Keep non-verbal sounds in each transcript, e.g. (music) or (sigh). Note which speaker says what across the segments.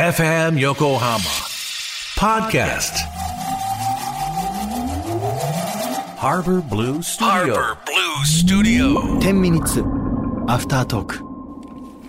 Speaker 1: FM Yokohama Podcast Harbor Blue Studio
Speaker 2: Harbor Blue Studio.
Speaker 3: 10ミニッツアフタートーク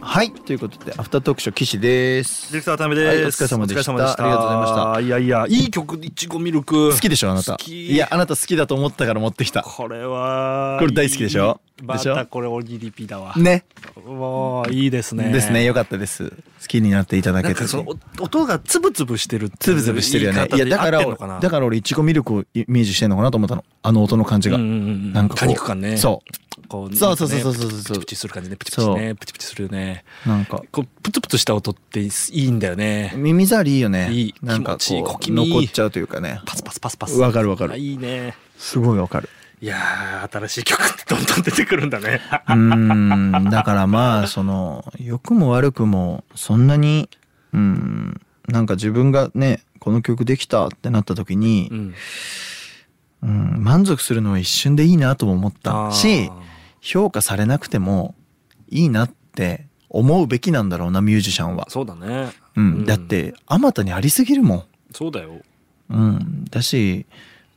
Speaker 3: はいということでアフタートークショー岸です
Speaker 4: ディレクターためです、
Speaker 3: はいお疲れ様でした
Speaker 4: お
Speaker 3: あり
Speaker 4: 疲れ様
Speaker 3: がとうございました
Speaker 4: いやいや、いい曲、いちごミルク。
Speaker 3: 好きでしょあなた
Speaker 4: 好き
Speaker 3: いやあなた好きだと思ったから持ってきた
Speaker 4: これは。
Speaker 3: これ大好きでしょ
Speaker 4: い
Speaker 3: で
Speaker 4: いま
Speaker 3: しょ
Speaker 4: たこれおぎりピだわ。。
Speaker 3: ね
Speaker 4: もう、いいですね。
Speaker 3: ですね。よかったです好きになっていただ
Speaker 4: な
Speaker 3: け
Speaker 4: んか
Speaker 3: て
Speaker 4: そのお音がつぶつぶしてるって
Speaker 3: つぶつぶしてるよね
Speaker 4: い
Speaker 3: いや
Speaker 4: や、
Speaker 3: だ
Speaker 4: だ
Speaker 3: か
Speaker 4: からら、
Speaker 3: だ
Speaker 4: だ
Speaker 3: か
Speaker 4: から
Speaker 3: 俺いちごミルクをイメージしてんのかなと思ったのあの音の感じが、
Speaker 4: うんうんうん
Speaker 3: なんかこう
Speaker 4: 果肉感ね
Speaker 3: そう
Speaker 4: こう
Speaker 3: そうそうそうそう
Speaker 4: なんかね
Speaker 3: そうそうそう
Speaker 4: プチプチする感じね。プチプチね。プチプチするよね。
Speaker 3: なんか
Speaker 4: こう、プツプツした音っていいんだよね。
Speaker 3: 耳障りいいよね
Speaker 4: いい
Speaker 3: なんか
Speaker 4: 気持ちいい
Speaker 3: こ
Speaker 4: 小気
Speaker 3: う
Speaker 4: 味いい
Speaker 3: 残っちゃうというかね
Speaker 4: パツパツパツパツ。
Speaker 3: わかるわかる
Speaker 4: あいいね。
Speaker 3: すごいわかる
Speaker 4: いやー、新しい曲ってどんどん出てくるんだ
Speaker 3: (laughs)
Speaker 4: ね。
Speaker 3: うーんだからまあその良くも悪くもそんなにうーんなんか自分がねこの曲できたってなった時に
Speaker 4: う、ん。
Speaker 3: うん、満足するのは一瞬でいいなとも思ったし
Speaker 4: あー
Speaker 3: 評価されなくてもいいなって思うべきなんだろうなミュージシャンは、
Speaker 4: そうだね。
Speaker 3: うん
Speaker 4: うん
Speaker 3: だってあまたにありすぎるも
Speaker 4: そうだよ。
Speaker 3: ん、うん、だし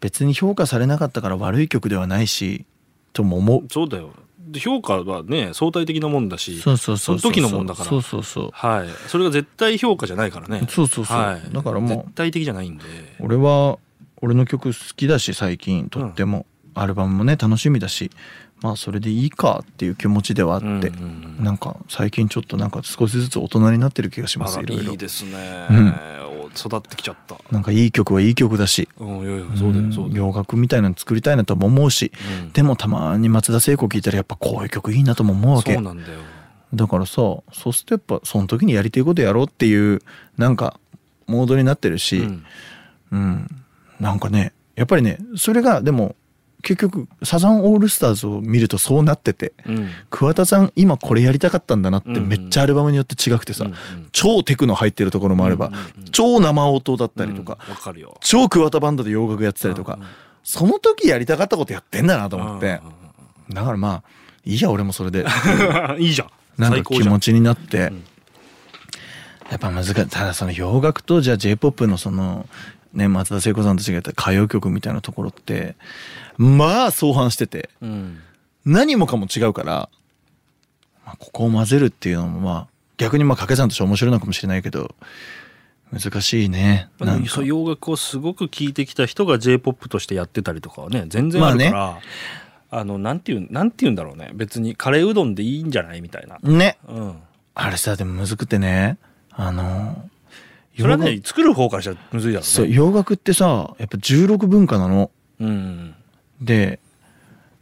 Speaker 3: 別に評価されなかったから悪い曲ではないしとも思う
Speaker 4: そうだよ。で評価はね、相対的なもんだし。
Speaker 3: そうそうそうう
Speaker 4: その時のもんだから
Speaker 3: そうそうそう
Speaker 4: はい。それが絶対評価じゃないからね。
Speaker 3: そうそうそう
Speaker 4: はい。
Speaker 3: だからもう
Speaker 4: 絶対的じゃないんで。
Speaker 3: 俺は俺の曲好きだし最近とっても、アルバムもね楽しみだしまあそれでいいかっていう気持ちではあって、
Speaker 4: うんうんうん
Speaker 3: なんか最近ちょっとなんか少しずつ大人になってる気がしま
Speaker 4: あ
Speaker 3: す
Speaker 4: ら
Speaker 3: いろいろ
Speaker 4: いいですね。お育ってきちゃった。
Speaker 3: なんかいい曲はいい曲だし
Speaker 4: うん、いやいや、そうだ
Speaker 3: うん
Speaker 4: よ、そうだよ。
Speaker 3: 洋楽みたいなの作りたいなとも思うし、
Speaker 4: うん
Speaker 3: でもたまに松田聖子聴いたらやっぱこういう曲いいなとも思うわけ
Speaker 4: そうなんだよ。
Speaker 3: だからさそうするとやっぱその時にやりたいことやろうっていうなんかモードになってるし、
Speaker 4: うん
Speaker 3: うん、なんかねやっぱりねそれがでも結局サザンオールスターズを見るとそうなってて
Speaker 4: うん。
Speaker 3: 桑田さん今これやりたかったんだなって
Speaker 4: うんうん
Speaker 3: めっちゃアルバムによって違くてさ、
Speaker 4: うんうん
Speaker 3: 超テクノ入ってるところもあれば、
Speaker 4: うんうんうん
Speaker 3: 超生音だったりとか、
Speaker 4: うんわかるよ。
Speaker 3: 超桑田バンドで洋楽やってたりとか、
Speaker 4: うんうん
Speaker 3: その時やりたかったことやってんだなと思って、だからまあいいや俺もそれで
Speaker 4: うんうん (laughs) いいじゃん。
Speaker 3: なんか
Speaker 4: 最高
Speaker 3: 気
Speaker 4: じゃ
Speaker 3: 持
Speaker 4: ん。
Speaker 3: ちになって、
Speaker 4: ん
Speaker 3: やっぱ難しいただその洋楽とじゃあ j p o p のそのね松田聖子さんたちがやった歌謡曲みたいなところってまあ相反してて
Speaker 4: うん。
Speaker 3: 何もかも違うから、まあ、ここを混ぜるっていうのもまあ逆にまあ掛け算として面白いのかもしれないけど難しいね
Speaker 4: ま
Speaker 3: な
Speaker 4: あ
Speaker 3: ん
Speaker 4: そ
Speaker 3: か
Speaker 4: う洋楽をすごく聴いてきた人が j p o p としてやってたりとかはね全然あるから、
Speaker 3: ま
Speaker 4: あのなんていうんなんていうんだろうね別にカレーうどんでいいんじゃないみたいな、
Speaker 3: ね
Speaker 4: うん、
Speaker 3: あれさでもむずくてねあの
Speaker 4: それは
Speaker 3: 洋
Speaker 4: ね
Speaker 3: 楽
Speaker 4: 作る方からしたらむずいだろ
Speaker 3: そうう
Speaker 4: ね
Speaker 3: 洋楽ってさやっぱ16文化なの。
Speaker 4: うん
Speaker 3: で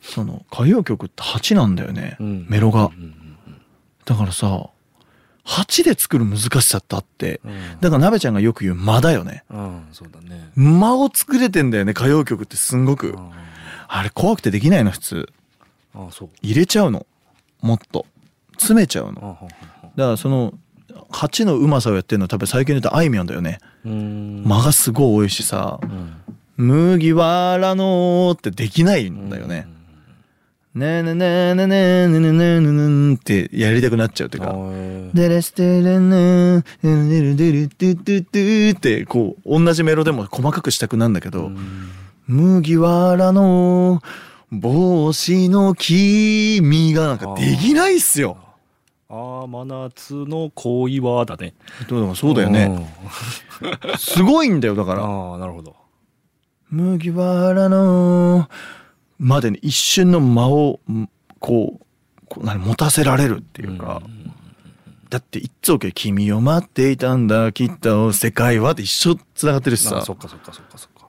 Speaker 3: その歌謡曲って8なんだよね、
Speaker 4: うん
Speaker 3: メロが
Speaker 4: うんうん
Speaker 3: だからさ8で作る難しさってあって
Speaker 4: うん
Speaker 3: だから鍋ちゃんがよく言う間だよね
Speaker 4: うんそうだね、
Speaker 3: 間を作れてんだよね歌謡曲ってすんごく
Speaker 4: うん
Speaker 3: あれ怖くてできないの普通
Speaker 4: ああそう
Speaker 3: 入れちゃうのもっと詰めちゃうの
Speaker 4: あ
Speaker 3: だか
Speaker 4: ははは
Speaker 3: らその8のうまさをやってるのは多分最近で言うとあいみょんだよね
Speaker 4: うん
Speaker 3: 間がすごい多いしさ
Speaker 4: うん
Speaker 3: 「麦わらの」ってできないんだよね「ねねねねねねねねねね」ってやりたくなっちゃうっていうか
Speaker 4: うん
Speaker 3: デレステレヌデルデルドゥドゥドゥってこう同じメロでも細かくしたくなんだけど、麦わらの帽子の君がなんかできないっすよ。
Speaker 4: ああ真夏の恋はだね
Speaker 3: どうだろうそうだよね。すごいんだよだか
Speaker 4: うん
Speaker 3: ら。
Speaker 4: ああなるほど
Speaker 3: 麦わらのまでに一瞬の間をんこうこう何持たせられるっていうか。だっていつおけ君を待っていたんだきっと世界はって一生つながってるし
Speaker 4: あ
Speaker 3: さ
Speaker 4: あそっかそっかそっかそっか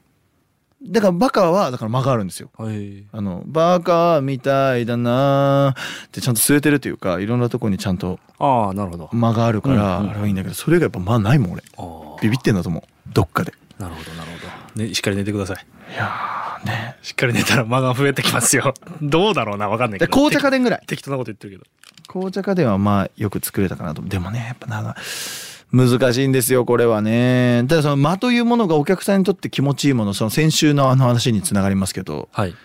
Speaker 3: だからバカはだから間があるんですよ。
Speaker 4: はい
Speaker 3: あのバカみたいだなーってちゃんと据えてるというかいろんなとこにちゃんと
Speaker 4: ああなるほど
Speaker 3: 間があるから、
Speaker 4: うんうん
Speaker 3: あれはいいんだけどそれがやっぱ間ないもん俺
Speaker 4: あー
Speaker 3: ビビってんだと思うどっかで
Speaker 4: なるほどなるほど、ね、しっかり寝てください
Speaker 3: いやーね
Speaker 4: しっかり寝たら間が増えてきますよどうだろうなわかんないけ
Speaker 3: で
Speaker 4: ど
Speaker 3: 紅茶家電ぐらい
Speaker 4: 適適当なこと言ってるけど
Speaker 3: 紅茶家電はまあよく作れたかなとでもねやっぱなんか難しいんですよこれはねただその間というものがお客さんにとって気持ちいいものその先週のあの話につながりますけど
Speaker 4: はい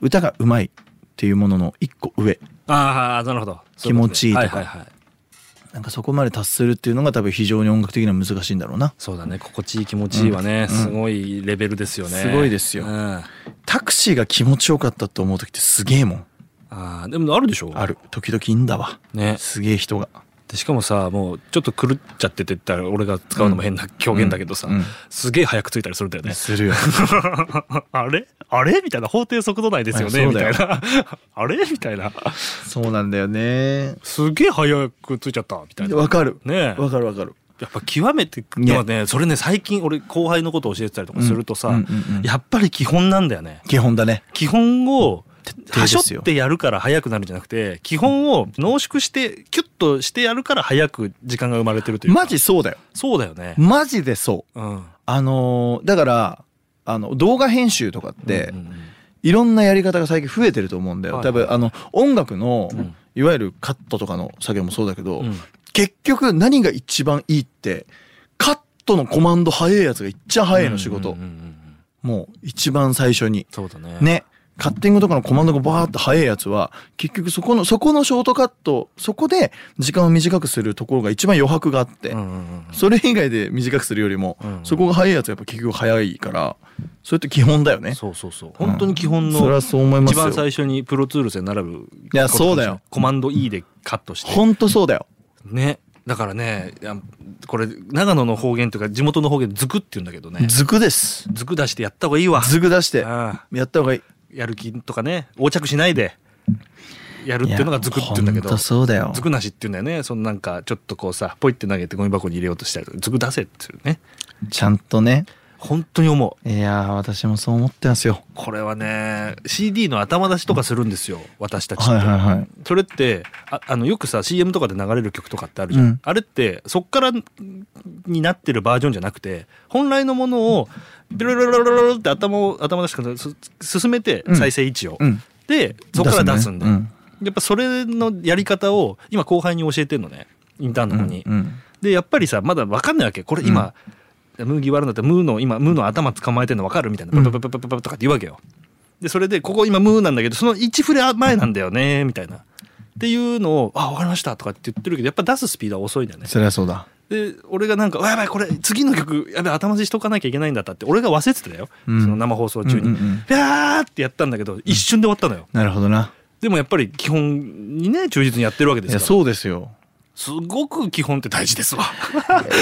Speaker 3: 歌がうまいっていうものの一個上
Speaker 4: ああなるほど
Speaker 3: 気持ちいいとか
Speaker 4: はいはいはい
Speaker 3: なんかそこまで達するっていうのが多分非常に音楽的には難しいんだろうな
Speaker 4: そうだね心地いい気持ちいいはね、すごいレベルですよね
Speaker 3: すごいですよ
Speaker 4: うんあ
Speaker 3: タクシーが気持ちよかったと思う時ってすげえもん
Speaker 4: あでもあるでしょ
Speaker 3: ある時々いいんだわ
Speaker 4: ね
Speaker 3: すげえ人が
Speaker 4: でしかもさもうちょっと狂っちゃってて言ったら俺が使うのも変な表現だけどさ、
Speaker 3: うんうん
Speaker 4: すげえ早く着いたりするんだよね。
Speaker 3: するよ
Speaker 4: (laughs)
Speaker 3: (laughs)
Speaker 4: あれあれみたいな法定速度内ですよ
Speaker 3: は
Speaker 4: ね
Speaker 3: い
Speaker 4: み
Speaker 3: そうだ
Speaker 4: た
Speaker 3: よ
Speaker 4: いな (laughs) あれみたいな
Speaker 3: そうなんだよね
Speaker 4: すげえ早く着いちゃったみたいな。
Speaker 3: わかる
Speaker 4: ねえ
Speaker 3: わかるわかる
Speaker 4: やっぱ極めてでもねそれね最近俺後輩のことを教えてたりとかするとさ、
Speaker 3: うんうんうん
Speaker 4: やっぱり基本なんだよね。
Speaker 3: 基本だね
Speaker 4: 基本を
Speaker 3: 底
Speaker 4: は
Speaker 3: です
Speaker 4: し
Speaker 3: よ
Speaker 4: ょってやるから早くなるんじゃなくて基本を濃縮してキュッとしてやるから早く時間が生まれてるというか
Speaker 3: マジそうだよ
Speaker 4: そうだよね。
Speaker 3: マジでそう
Speaker 4: うん
Speaker 3: あのーだからあの動画編集とかって、
Speaker 4: うんうん
Speaker 3: いろんなやり方が最近増えてると思うんだよ、
Speaker 4: はい
Speaker 3: 多分あの音楽の、
Speaker 4: うん
Speaker 3: いわゆるカットとかの作業もそうだけど、
Speaker 4: うん
Speaker 3: 結局何が一番いいってカットのコマンド早いやつがいっちゃ早いの仕事、
Speaker 4: うんうんうんうん
Speaker 3: もう一番最初に
Speaker 4: そうだね
Speaker 3: ねカッティングとかのコマンドがバーって早いやつは結局そこのそこのショートカットそこで時間を短くするところが一番余白があって、
Speaker 4: うんうんうん
Speaker 3: それ以外で短くするよりも、
Speaker 4: うんうん
Speaker 3: そこが早いやつがやっぱ結局早いからそれって基本だよね。
Speaker 4: そうそうそう本当に基本
Speaker 3: それ
Speaker 4: の
Speaker 3: はそう思います
Speaker 4: 一
Speaker 3: よ
Speaker 4: 番最初にプロツールスに並ぶ
Speaker 3: いやそうだよ
Speaker 4: コマンド E でカットして
Speaker 3: ほんとそうだよ。
Speaker 4: ねだからねいやこれ長野の方言というか地元の方言ズクって言うんだけどね
Speaker 3: ズクです。
Speaker 4: ズク出してやった方がいいわ
Speaker 3: ズク出して
Speaker 4: ああ
Speaker 3: やった方がいい。
Speaker 4: やる気とかね横着しないでやるっていうのがズクって言うんだ
Speaker 3: い
Speaker 4: け
Speaker 3: やほ
Speaker 4: ど
Speaker 3: んとそうだよ
Speaker 4: ズクなしって言うんだよねそのなんかちょっとこうさポイって投げてゴミ箱に入れようとしたりとかズク出せっていうね
Speaker 3: ちゃんとね。
Speaker 4: 本当に思う
Speaker 3: いやー私もそう思ってますよ。
Speaker 4: これはね CD の頭出しとかするんですよ私たちって、
Speaker 3: はいはいはい。
Speaker 4: それってああのよくさ CM とかで流れる曲とかってあるじゃん、
Speaker 3: うん
Speaker 4: あれってそっからんになってるバージョンじゃなくて本来のものをビロロロロロって頭を頭出しからす進めて
Speaker 3: うん
Speaker 4: 再生位置を、
Speaker 3: うん
Speaker 4: でそっから出すんだよ、
Speaker 3: 出すね
Speaker 4: やっぱそれのやり方を今後輩に教えてんのねインターンの子に、
Speaker 3: うん。
Speaker 4: でやっぱりさまだ分かんないわけこれ今、ムーギー割るんだってムーの今ムーの頭捕まえてるの分かるみたいな
Speaker 3: うん
Speaker 4: パパパパパパとかって言うわけよでそれでここ今ムーなんだけどその1フレ前なんだよねみたいなっていうのを「あ分かりました」とかって言ってるけどやっぱ出すスピードは遅いんだよね
Speaker 3: それはそうだ。
Speaker 4: で俺がなんか「あやばいこれ次の曲やべえ頭出ししとかなきゃいけないんだった」って俺が忘れてたよ、
Speaker 3: うん
Speaker 4: その生放送中
Speaker 3: うんう
Speaker 4: に
Speaker 3: んうん
Speaker 4: 「ビャー!」ってやったんだけど一瞬で終わったのよ
Speaker 3: なるほどな。
Speaker 4: でもやっぱり基本にね忠実にやってるわけで
Speaker 3: い
Speaker 4: す
Speaker 3: や
Speaker 4: から
Speaker 3: そうですよ。
Speaker 4: すごく基本って大事ですわ
Speaker 3: い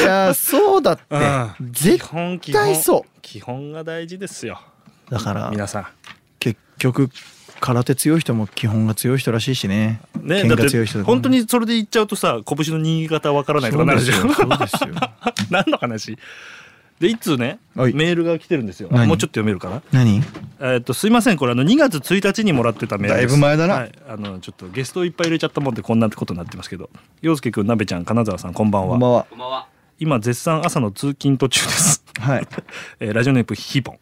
Speaker 3: やーそうだって
Speaker 4: うん
Speaker 3: 絶
Speaker 4: 基
Speaker 3: 対そ
Speaker 4: 基本が大事ですよ
Speaker 3: う。だから
Speaker 4: 皆さ
Speaker 3: 結局空手強い人も基本が強い人らしいしね。
Speaker 4: んね
Speaker 3: 喧
Speaker 4: だっ
Speaker 3: 嘩強い人
Speaker 4: て
Speaker 3: とか
Speaker 4: 本当にそれで言っちゃうとさ拳の握り方わからないとかなるじゃん
Speaker 3: そうですよそうですよ
Speaker 4: (laughs) 何の話で一通ねメ
Speaker 3: はい
Speaker 4: ールが来てるんですよもう
Speaker 3: 何
Speaker 4: ちょっと読めるかな
Speaker 3: 何？
Speaker 4: えーっとすいませんこれあの2月1日にもらってたメールです
Speaker 3: だいぶ前だな
Speaker 4: はい、あのちょっとゲストをいっぱい入れちゃったもんでこんなことになってますけど陽介くんなべちゃん金沢さんこんばんは
Speaker 3: こんばんは。
Speaker 4: 今絶賛朝の通勤途中です、 (laughs)
Speaker 3: はい
Speaker 4: えーラジオネームヒボン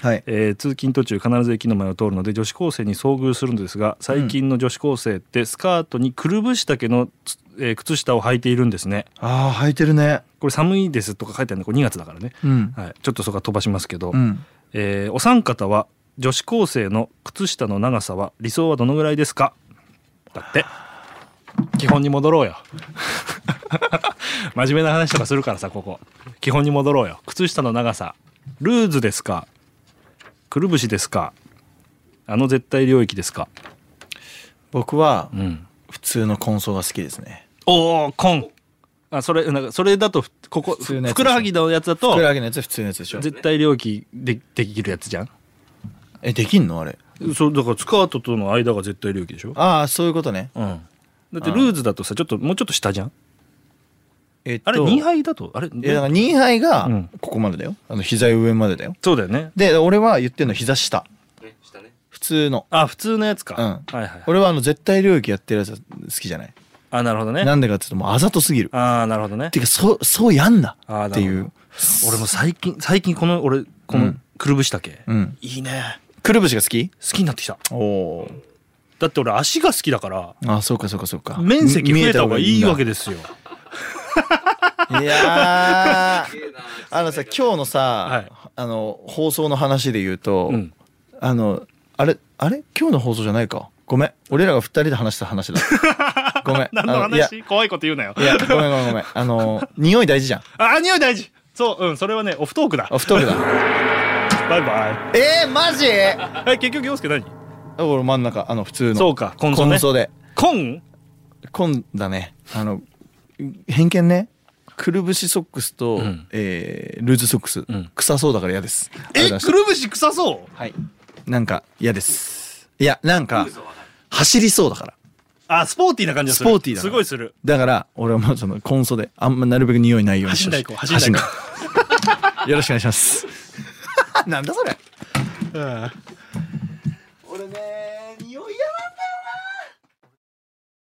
Speaker 3: はい。
Speaker 4: えー通勤途中必ず駅の前を通るので女子高生に遭遇するのですが最近の女子高生ってスカートにくるぶし丈のつ、えー靴下を履いているんですね
Speaker 3: ああ履いてるね。
Speaker 4: これ寒いですとか書いてあるのこれ2月だからね、
Speaker 3: うん
Speaker 4: はい、ちょっとそこは飛ばしますけど、
Speaker 3: うん。
Speaker 4: えーお三方は女子高生の靴下の長さは理想はどのぐらいですかだって基本に戻ろうよ真面目な話とかするからさここ基本に戻ろうよ靴下の長さルーズですかくるぶしですかあの絶対領域ですか
Speaker 3: 僕は
Speaker 4: うん
Speaker 3: 普通のコンソが好きですね。
Speaker 4: おおコンあそれなんかそれだとふここ
Speaker 3: 普通のやつでしょ
Speaker 4: ふくらはぎのやつだ
Speaker 3: ふ
Speaker 4: と
Speaker 3: くらはぎのやつは普通のやつでしょ。
Speaker 4: 絶対領域でできるやつじゃん
Speaker 3: えできんのあれ？
Speaker 4: そうだからスカートとの間が絶対領域でしょ
Speaker 3: ああそういうことね。
Speaker 4: うん、だってルーズだとさちょっともうちょっと下じゃん
Speaker 3: えっと
Speaker 4: あれ2杯だとあれ
Speaker 3: いやだから2杯が
Speaker 4: うん
Speaker 3: ここまでだよ、あの膝上までだよ
Speaker 4: そうだよね
Speaker 3: で俺は言ってんの膝下普通の
Speaker 4: あ普通のやつか、
Speaker 3: うん
Speaker 4: はいはいはい
Speaker 3: 俺はあの絶対領域やってるやつは好きじゃない
Speaker 4: あなるほどね
Speaker 3: なんでかっていうともうあざとすぎるっ
Speaker 4: ああなるほどね
Speaker 3: ていうかそそうやんな
Speaker 4: あーなるほ
Speaker 3: っ
Speaker 4: ど
Speaker 3: ていう
Speaker 4: 俺も最近最近この俺こ
Speaker 3: う
Speaker 4: の
Speaker 3: ん
Speaker 4: くるぶし丈、
Speaker 3: うん
Speaker 4: いいね
Speaker 3: くるぶしが好き
Speaker 4: 好きになってきた
Speaker 3: おおー
Speaker 4: だって俺足が好きだから
Speaker 3: あそうかそうかそうか
Speaker 4: 面積増えた方がいいわけ
Speaker 3: で
Speaker 4: ですよ
Speaker 3: いやー (laughs) あのさ今日のさ、
Speaker 4: は
Speaker 3: あの放送の話で言うと、
Speaker 4: うん
Speaker 3: (laughs) あのあれあれ今日の放送じゃないかごめん俺らが2人で話した話だごめん
Speaker 4: 何の
Speaker 3: あいやい
Speaker 4: 話怖いこと言うなよ
Speaker 3: やごめんごめんごめんあの匂い大事じゃん
Speaker 4: (laughs) あ匂い大事そううんそれはねオフトークだ
Speaker 3: オフトーク (laughs) だ
Speaker 4: バイバ
Speaker 3: えー、マジ
Speaker 4: イえ結局洋介何
Speaker 3: 俺真ん中あの普通の
Speaker 4: そうかコンソ
Speaker 3: コ
Speaker 4: ね
Speaker 3: ンソで
Speaker 4: コン
Speaker 3: コンだねあの偏見ねくるぶしソックスと、
Speaker 4: ん
Speaker 3: えールーズソックス、
Speaker 4: ん
Speaker 3: 臭そうだから嫌ですありが
Speaker 4: え
Speaker 3: とうございました
Speaker 4: くるぶし臭そう
Speaker 3: はいなんか嫌ですいやなんか走りそうだから
Speaker 4: あスポーティーな感じがする
Speaker 3: スポーティーだな
Speaker 4: すごいする
Speaker 3: だから俺はもうそのコンソであんまなるべく匂いないように
Speaker 4: 走んないこう
Speaker 3: してほし
Speaker 4: 走んないこ
Speaker 3: 走んないよろしくお願いします
Speaker 4: (laughs)
Speaker 3: なんだそれ俺ね匂い嫌なんだ